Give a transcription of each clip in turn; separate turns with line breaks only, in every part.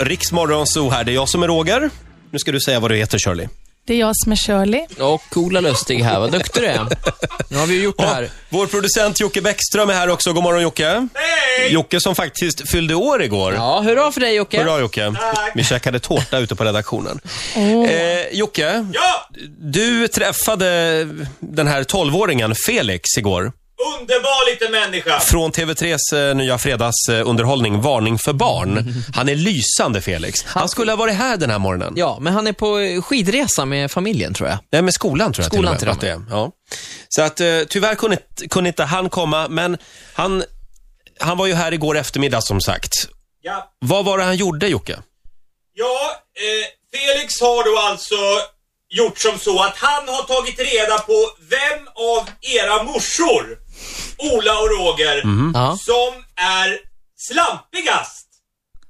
Riksmorgon Zoo här. Det är jag som är Roger. Nu ska du säga vad du heter, Shirley.
Det är jag som är Shirley.
Och Ola Lustig här, vad duktig du är. Nu har vi ju gjort det här.
Vår producent Jocke Bäckström är här också. God morgon Jocke. Hej! Jocke som faktiskt fyllde år igår.
Ja, hurra för dig Jocke.
Hurra Jocke. Vi käkade tårta ute på redaktionen. Eh, Jocke,
Ja!
du träffade den här 12-åringen Felix igår.
Underbar liten människa!
Från TV3s eh, nya fredagsunderhållning Varning för barn. Han är lysande Felix. Han skulle ha varit här den här morgonen.
Ja, men han är på eh, skidresa med familjen tror jag.
Nej, men skolan tror jag
Skolan
till och med.
till
att det är. Ja. Så att eh, tyvärr kunde, inte- kunde inte han komma, men han, han var ju här igår eftermiddag som sagt.
Ja,
Vad var det han gjorde Jocke?
ja eh, Felix har då alltså gjort som så att han har tagit reda på vem av era morsor, Ola och Roger,
Mhm.
Ja.
som är slampigast.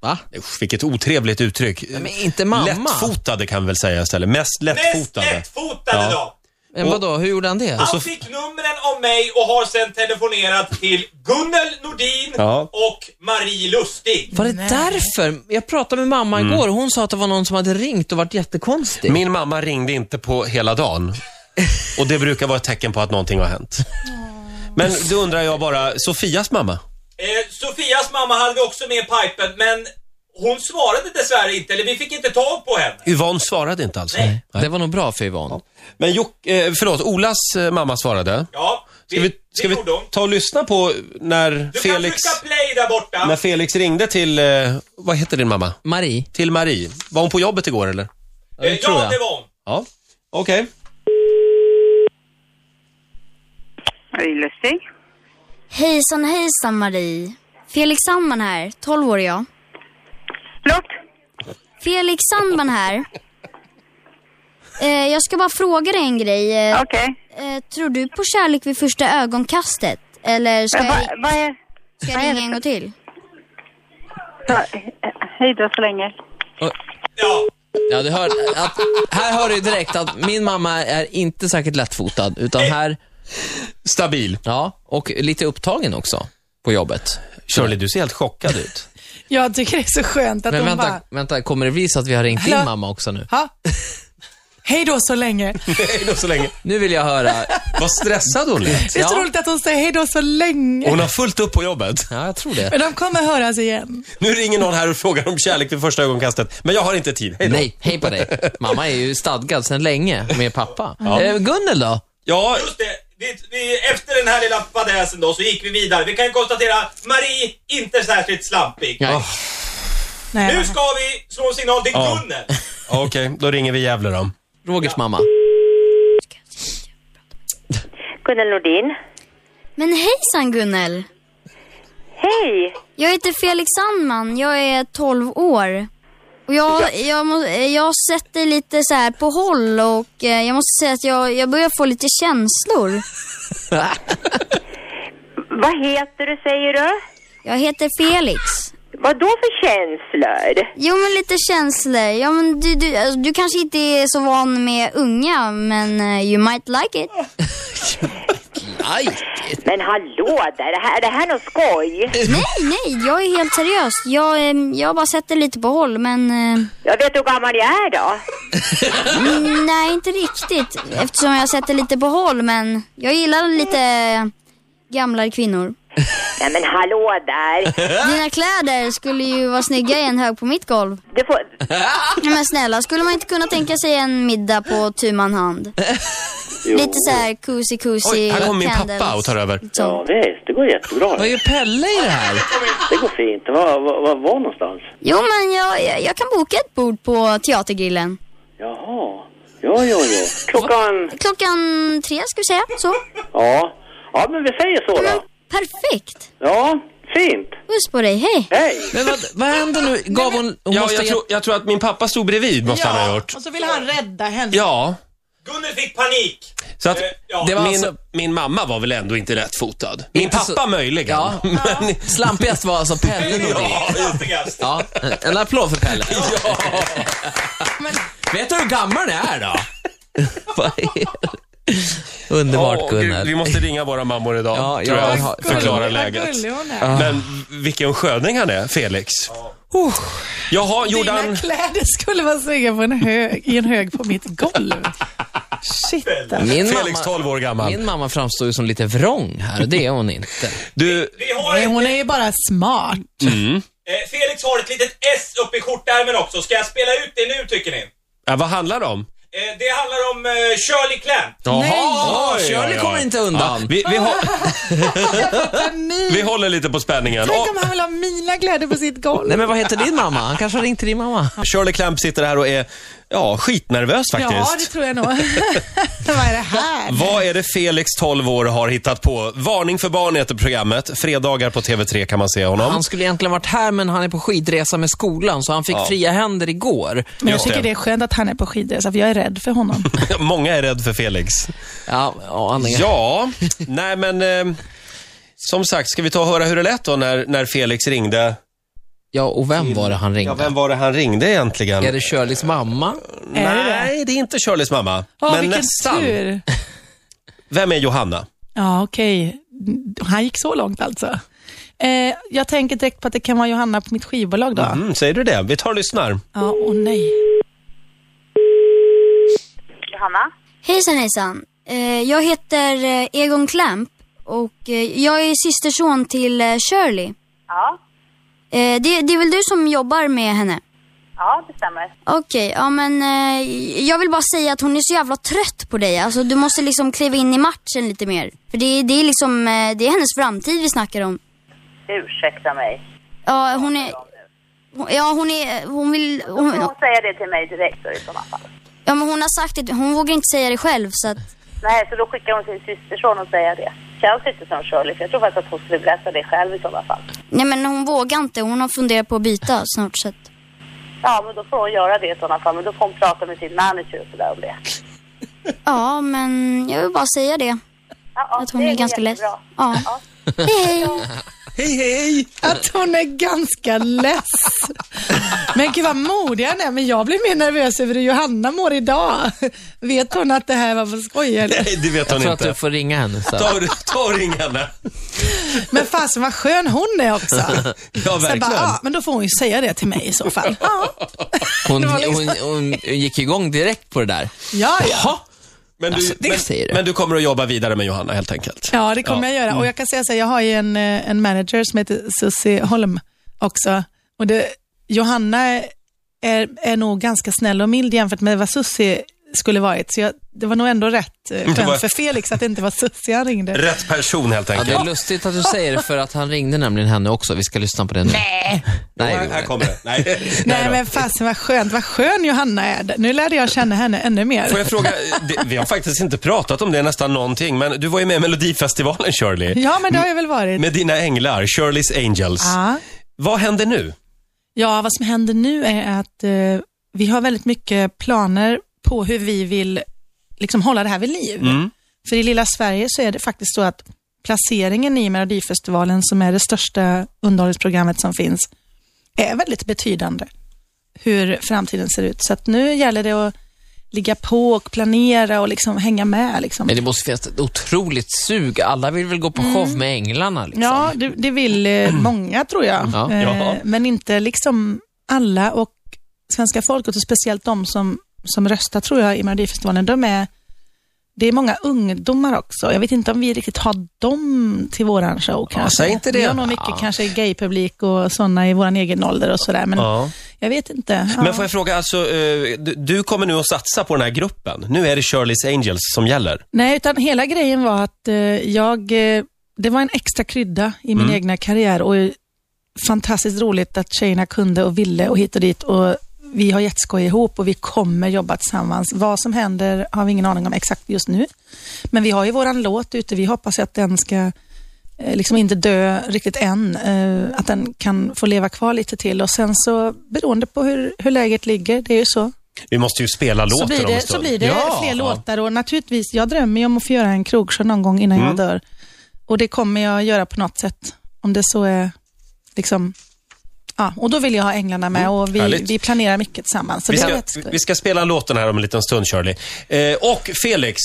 Va?
Usch, vilket otrevligt uttryck.
Men inte mamma.
Lättfotade kan vi väl säga istället. Mest
Mest
lättfotade.
lättfotade
Ja.
då.
Men vadå, hur gjorde han det?
Han fick numren av mig och har sen telefonerat till Gunnel Nordin
Ja.
och Marie Lustig.
Var det
Nej.
därför? Jag pratade med mamma igår och hon sa att det var någon som hade ringt och varit jättekonstig.
Min mamma ringde inte på hela dagen. Och det brukar vara ett tecken på att någonting har hänt. Men då undrar jag bara, Sofias mamma?
Eh, Sofias mamma hade vi också med i pipen, men hon svarade dessvärre inte, eller vi fick inte tag på henne.
Yvonne svarade inte alltså?
Nej.
Det var nog bra för Yvonne.
Men Jocke, eh, förlåt, Olas eh, mamma svarade.
Ja,
Ska vi, ska
det
vi
gjorde hon.
ta och lyssna på när
Du
Felix,
kan trycka play där borta.
när Felix ringde till, eh, vad heter din mamma?
Marie?
Till Marie. Var hon på jobbet igår eller?
det
Eh,
tror jag.
ja, det var hon.
Ja. Okej.
Marie Lustig.
Hejsan hejsan Marie. Felix Sandman här, 12 år är jag.
Förlåt?
Felix Sandman här. Eh, jag ska bara fråga dig en grej. Eh,
Okej.
eh, tror du på kärlek vid första ögonkastet? Eller ska
Men
jag,
Vad vad är...
ska jag ringa en gång till?
Ja, eh, Hej då så länge.
Ja.
Ja, du hör, att, här hör du ju direkt att min mamma är inte särskilt lättfotad, utan här,
Stabil.
ja, och lite upptagen också på jobbet.
Shirley, du ser helt chockad ut.
Jag tycker det är så skönt att
Men
de
vänta,
bara,
vänta, kommer det bli så att vi har ringt din
Hallå?
mamma också nu?
ha? Hej då så länge.
Hej då så länge.
Nu vill jag höra.
Vad stressad hon lät.
Det är så
Ja.
roligt att de säger hej då så länge.
Hon har fullt upp på jobbet.
Ja, jag tror det.
Men de kommer höras igen.
Nu ringer någon här och frågar om kärlek vid första ögonkastet, men jag har inte tid. Hej då.
Nej, hej på dig. Mamma är ju stadgad sedan länge med pappa. Eh, Gunnel då?
Ja,
Just det. Vi, vi, efter den här lilla fadäsen då så gick vi vidare. Vi kan ju konstatera Marie, inte särskilt slampig.
Nej.
Nej.
Nu ska vi slå en signal till
Ja.
Gunnel.
okej, då ringer vi Gävle då.
Rogers mamma.
Gunnel Nordin.
Men hejsan Gunnel.
Hej!
Jag heter Felix Sandman, jag är 12 år. Och jag, jag, må, eh, jag har sett dig lite så här på håll och eh, jag måste säga att jag, jag börjar få lite känslor.
Vad heter du säger du?
Jag heter Felix.
Vad då för känslor?
Jo men lite känslor. Ja men du, du, alltså, du kanske inte är så van med unga men eh, you might like it.
Aj!
Men hallå där, det här, det här är något skoj.
Nej nej, jag är helt seriös. Jag, eh, jag har bara sett det lite på håll men eh,
Jag vet du hur gammal jag är då?
mm, nej inte riktigt eftersom jag har sett det lite på håll men jag gillar lite gamlare kvinnor.
Nej men hallå där.
Dina kläder skulle ju vara snygga i en hög på mitt golv.
Du får...
Nej, Men snälla, skulle man inte kunna tänka sig en middag på tu man hand? Lite så här cozy cozy
Oj, här kommer min
candles.
pappa och tar över.
Så.
Ja visst, det går jättebra.
Vad gör Pelle i det här?
Det går fint. Var var, var, var någonstans?
Jo, men jag, jag, jag kan boka ett bord på Teatergrillen.
Jaha. Ja, ja, ja. Klockan...
Klockan tre ska vi säga, så.
Ja. Ja, men vi säger så
Men,
då.
perfekt!
Ja, fint.
Puss på dig, hej!
Hej!
Men vad, vad händer nu? Gav hon... hon
Ja,
måste
jag,
ha-
tror, jag tror att min pappa stod bredvid, måste han ha gjort.
och så vill han rädda henne.
Ja,
Gunnel fick panik.
så att...
Eh, ja.
Det var
min,
alltså-
min mamma var väl ändå inte lättfotad? Min
Inte
pappa
så-
möjligen.
Ja.
Men,
Slampigast var alltså Pelle Nordin.
Slampigast.
Ja, en applåd för Pelle. Vet du hur gammal den är då? Vad är det? Underbart
Åh, gud,
Gunnel.
vi måste ringa våra mammor idag,
Ja,
tror
ja,
jag,
ha-
förklara
Vad
läget.
gullig hon är.
Men vilken sköning han är, Felix.
Oh,
Jaha, gjorde
dina
han...
kläder skulle vara snygga på en hög, i en hög på mitt golv. Shit alltså.
Min
Felix, 12 år gammal.
Min mamma framstår ju som lite vrång här och det är hon inte.
Du,
Vi har
Nej,
ett,
hon är ju bara smart.
eh, Felix har ett litet S uppe i skjortärmen också. Ska jag spela ut det nu tycker ni?
ja, vad handlar det om?
Eh, det handlar om eh, Shirley Clamp.
Jaha,
Oj,
Shirley
oj, oj.
kommer inte
Ja,
undan.
vi, vi, hå- vi
Panik.
håller lite på spänningen.
Tänk
Och
om han vill ha mina kläder på sitt golv.
Nej men vad heter din mamma? Han kanske har ringt till din mamma.
Shirley Clamp sitter här och är ja, skitnervös
Ja, det
faktiskt.
tror jag nog. Vad är det här?
Vad är det Felix, 12 år, har hittat på? Varning för barn heter programmet. Fredagar på TV3 kan man se honom.
Han skulle egentligen varit här men han är på skidresa med skolan så han fick fria händer igår.
Men jag
Just
tycker
det.
det är skönt att han är på skidresa, för jag är rädd för honom.
Många är rädd för Felix.
Ja, ja, Annika.
Ja, nej men... Eh, som sagt, ska vi ta och höra hur det lät då när, när Felix ringde?
ja, och vem var det han ringde?
Ja, vem var det han ringde egentligen?
Är det Shirleys mamma?
Är det det?
Nej, det är inte Shirleys mamma.
Åh,
men
vilken
nästan.
tur.
Vem är Johanna?
Ja, okej. Han gick så långt alltså. Eh, jag tänker direkt på att det kan vara Johanna på mitt skivbolag då.
Mm, säger du det? Vi tar och lyssnar.
Ja, åh nej.
Johanna?
Hejsan hejsan. Eh, Jag heter eh, Egon Klemp och eh, jag är systerson till eh, Shirley.
Ja,
Eh, Det, det är väl du som jobbar med henne?
ja det stämmer.
Okej, ja men eh, jag vill bara säga att hon är så jävla trött på dig. Alltså du måste liksom kliva in i matchen lite mer. För det, det är liksom, eh, det är hennes framtid vi snackar om.
Ursäkta mig.
Ja, hon är, hon- ja hon är, hon vill, hon,
Hon säger det till mig direkt då, i sådana fall.
ja men hon har sagt det, hon vågar inte säga det själv så att,
Nej, så då skickar hon sin systerson och säger det. Kanske inte som Shirley, för jag tror faktiskt att hon skulle berätta det själv i sådana fall.
nej men hon vågar inte, hon har funderat på att byta snart så att,
Ja, men då får hon göra det i sådana fall. Men då får hon prata med sin manager och sådär om det.
ja men jag vill bara säga det.
Ja, ja,
Att hon
det
är ganska less.
jättebra.
Ja. Hej hej.
Hej, hej!
Att hon är ganska less. Men gud vad modig han är. Men jag blir mer nervös över hur Johanna mår idag. Vet hon att det här var för skoj eller?
Nej, det vet
Jag
hon
tror att
inte.
du får ringa henne sen.
Ta, ta och ring henne.
Men fasen vad skön hon är också.
Ja,
Sen
verkligen.
bara,
"Ah."
ja, men då får hon ju säga det till mig i så fall. Ja,
Hon,
Det var liksom-
hon, hon, hon gick igång direkt på det där.
ja. ja.
Jaha,
Men du,
Alltså, det
men,
säger du.
men du kommer att jobba vidare med Johanna helt enkelt.
Ja, det kommer jag
Mm.
göra. Och jag kan säga så här, jag har ju en, eh, en manager som heter Susie Holm också. Och det, Johanna är, är nog ganska snäll och mild jämfört med vad Susie skulle varit. Så jag, det var nog ändå rätt eh, skönt
var-
för Felix att det inte var Susie han ringde.
Rätt person helt
ja,
enkelt.
det är lustigt att du säger det för att han ringde nämligen henne också. Vi ska lyssna på det nu. Nej, Nej det
här,
gjorde
här
han inte.
kommer det. Nej.
Nej
då.
men fasen vad skönt, vad skön Johanna är. Nu lärde jag känna henne ännu mer.
Får jag fråga, det, vi har faktiskt inte pratat om det nästan någonting, men du var ju med i Melodifestivalen Shirley.
Ja men det har jag väl varit.
Med dina änglar, Shirleys Angels.
Ja.
Vad händer nu?
Ja, vad som händer nu är att eh, vi har väldigt mycket planer på hur vi vill liksom, hålla det här vid liv. För i lilla Sverige så är det faktiskt så att placeringen i Melodifestivalen, som är det största underhållningsprogrammet som finns, är väldigt betydande hur framtiden ser ut. Så att nu gäller det att ligga på och planera och liksom hänga med. Liksom.
Men det måste finnas ett otroligt sug. Alla vill väl gå på show med änglarna liksom.
Ja, det, det vill eh, många tror jag.
Ja.
Eh,
Ja.
Men inte liksom alla och svenska folket och speciellt de som, som röstar tror jag i Melodifestivalen. De är, det är många ungdomar också. Jag vet inte om vi riktigt har dem till våran show kanske.
säg inte det.
Vi har nog mycket kanske gaypublik och sådana i våran egen ålder och sådär. Men
Ja.
jag vet inte. Ja.
Men får jag fråga, alltså, eh, du, du kommer nu att satsa på den här gruppen. Nu är det Shirleys Angels som gäller.
Nej, utan hela grejen var att eh, jag, eh, det var en extra krydda i min egna karriär och eh, fantastiskt roligt att tjejerna kunde och ville och hit och dit och vi har jätteskoj ihop och vi kommer jobba tillsammans. Vad som händer har vi ingen aning om exakt just nu. Men vi har ju våran låt ute. Vi hoppas ju att den ska eh, liksom inte dö riktigt än. Eh, att den kan få leva kvar lite till och sen så beroende på hur, hur läget ligger, det är ju så,
Vi måste ju spela låten
så blir
om en
det,
stund.
så blir det
Ja.
fler låtar och naturligtvis, jag drömmer ju om att få göra en krogshow någon gång innan
Mm.
jag dör. Och det kommer jag göra på något sätt. Om det så är liksom, ja, och då vill jag ha Änglarna med och vi,
Mm. härligt.
vi planerar mycket tillsammans. Så
Vi
det är
ska,
jätteskoj.
vi ska spela låten här om en liten stund, Shirley. Eh, och Felix.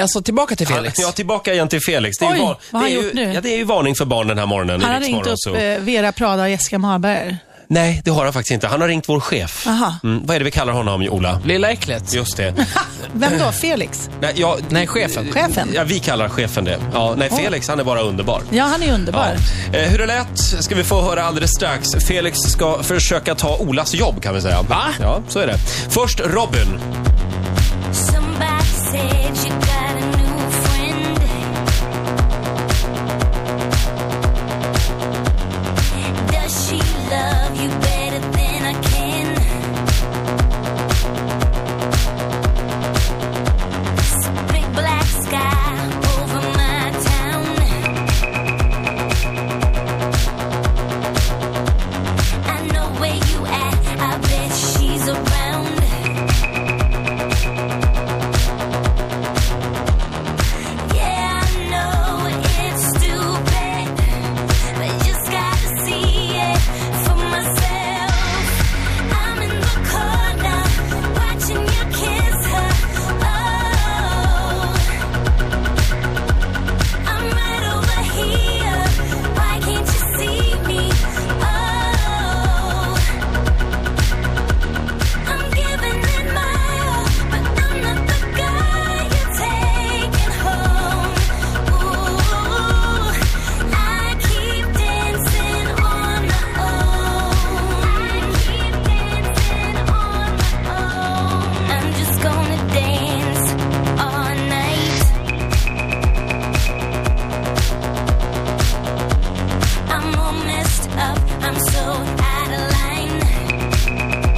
Alltså tillbaka till Felix.
Ja, tillbaka igen till Felix. Det är,
Oj,
ju
vad har
det är
han
ju,
gjort nu?
Ja, det är ju varning för barn den här morgonen
Han har
i Rix
ringt
Morgon
upp
Zoo.
eh, Vera Prada och Jessica Marberg.
Nej, det har han faktiskt inte. Han har ringt vår chef.
Aha.
Mm, vad är det vi kallar honom, Ola?
Lilla äcklet.
Just det.
Vem då? Felix?
Nej, ja,
Nej, chefen.
Chefen?
ja, vi kallar chefen det. Ja, nej, Felix, han är bara underbar.
Ja, han är
Ja.
underbar.
Eh, hur det lät ska vi få höra alldeles strax. Felix ska försöka ta Olas jobb kan vi säga. Va? Ja, så är det. Först Robin.
Somebody said you got a new friend. Does she love you better than I can? It's a big black sky over my town. I know where you at. I bet she's around. Yeah, I know it's stupid, but just gotta see it for myself. I'm in the corner watching you kiss her. Oh, I'm right over here. Why can't you see me? Oh. I'm giving it my all, but I'm not the guy you're taking home. Ooh, I keep dancing on my own. I keep dancing on my own. I'm just gonna dance all night. I'm all messed up. I'm so out of line.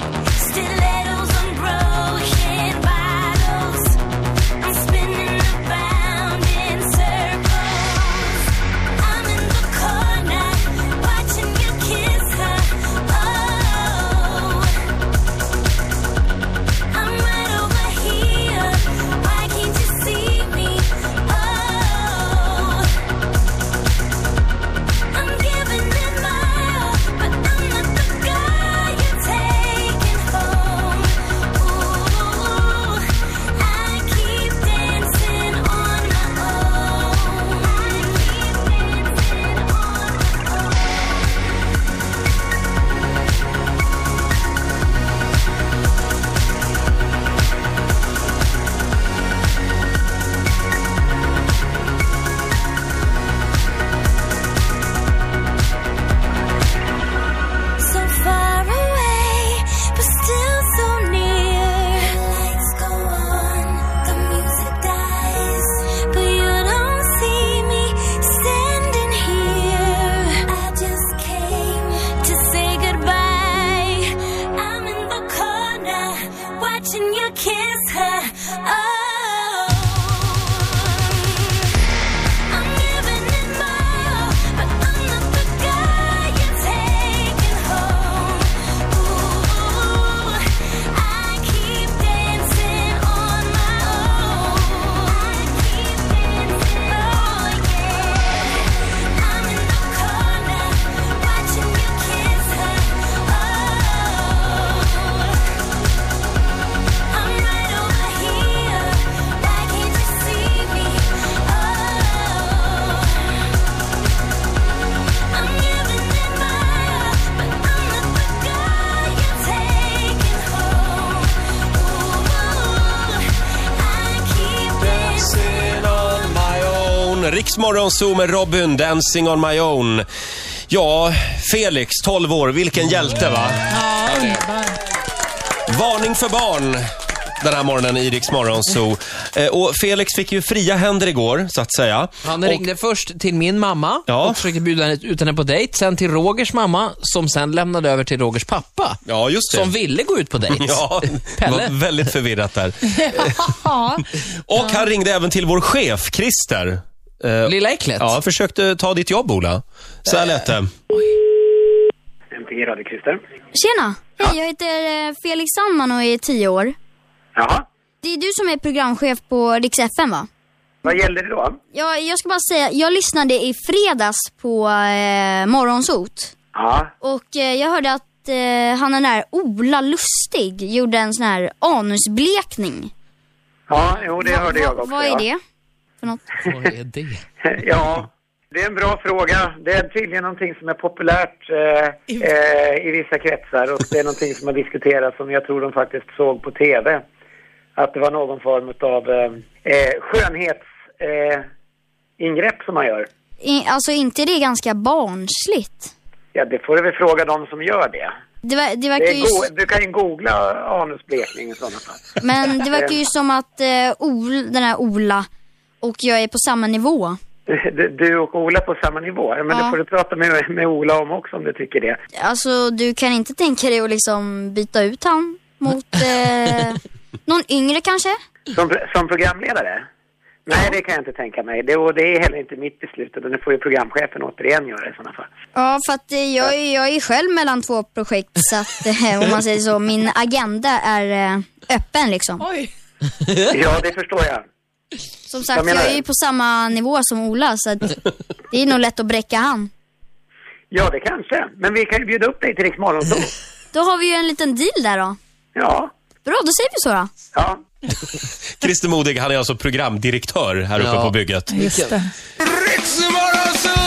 Stilettos on broken bottles. I'm spinning around in circles. I'm in the corner watching you kiss her. Oh, I'm right over here. Why can't you see me? Oh. I'm giving it my all, but I'm not the guy you're taking home. Ooh, I keep dancing on my own. I keep dancing on my own. So far away, but still so near. The lights go on, the music dies, but you don't see me standing here. I just came to say goodbye. I'm in the corner, watching you kiss her. Oh. I'm giving it my all, but I'm not the guy you're taking home. Ooh, I keep dancing on my own. I keep dancing, oh yeah. I'm in the corner watching you kiss her. Oh, I'm right over here. Why can't you see me? Oh. I'm giving it my all, but I'm not the guy you're taking home. I keep dancing.
Riksmorgon Zoo med Robin, Dancing on my own. Ja, Felix, 12 år, vilken hjälte va?
Ja, underbar.
Varning för barn den här morgonen i Rix Morgon Zoo. Eh, och Felix fick ju fria händer igår, så att säga.
Han ringde först till min mamma
Ja.
och försökte bjuda henne- ut henne på dejt. Sen till Rogers mamma, som sen lämnade över till Rogers pappa.
Ja, just det.
Som ville gå ut på dejt.
Ja, det
Pelle.
var väldigt förvirrat där. och han ringde även till vår chef, Christer. Eh,
Lilla äcklet.
ja, försökte ta ditt jobb, Ola. Så här lät det.
MP-radio, Christer.
Tjena! Hej, jag heter eh, Felix Sandman och är tio år.
Jaha,
Det är du som är programchef på Rix FM va?
vad gäller det då?
Jag, jag ska bara säga, jag lyssnade i fredags på eh, Morgonsot.
Ja,
Och eh, jag hörde att eh, han den där Ola Lustig gjorde en sån här anusblekning.
ja jo, det hörde jag också.
Vad är
ja.
det? För något?
Vad är det?
Ja, Det är en bra fråga. Det är tydligen någonting som är populärt eh, eh, i vissa kretsar och det är någonting som har diskuterats som jag tror de faktiskt såg på TV. Att det var någon form av eh, eh, skönhetsingrepp eh, ingrepp som man gör.
I, alltså inte det är ganska barnsligt?
Ja, det får du väl fråga de som gör det.
Det, ver- det
det
verkar
är
ju...
go- du kan ju googla anusblekning i sådana fall.
Men det verkar ju som att eh, Ol, den här Ola och jag är på samma nivå.
Du- Du och Ola på samma nivå. Men
Ja.
det får du prata med, med Ola om också om du tycker det.
Alltså du kan inte tänka dig att liksom byta ut han mot eh, någon yngre kanske?
Som, som programledare? Nej, det kan jag inte tänka mig. Det, och det är heller inte mitt beslut, utan det får ju programchefen återigen göra i sådana fall.
Ja, för att eh, jag, är- jag är själv mellan två projekt så att eh, om man säger så, min agenda är eh, öppen liksom.
Oj,
Ja, det förstår jag.
Som
Vad
sagt,
menar
jag är
du?
ju på samma nivå som Ola så att det är nog lätt att bräcka han.
Ja, det kanske. Men vi kan ju bjuda upp dig till Rix Morgonzoo.
Då har vi ju en liten deal där då.
Ja,
Bra, då säger vi så då.
ja.
Christer Modig, han är alltså programdirektör här uppe
Ja.
på bygget.
just det.
Ritzmorgonzoo!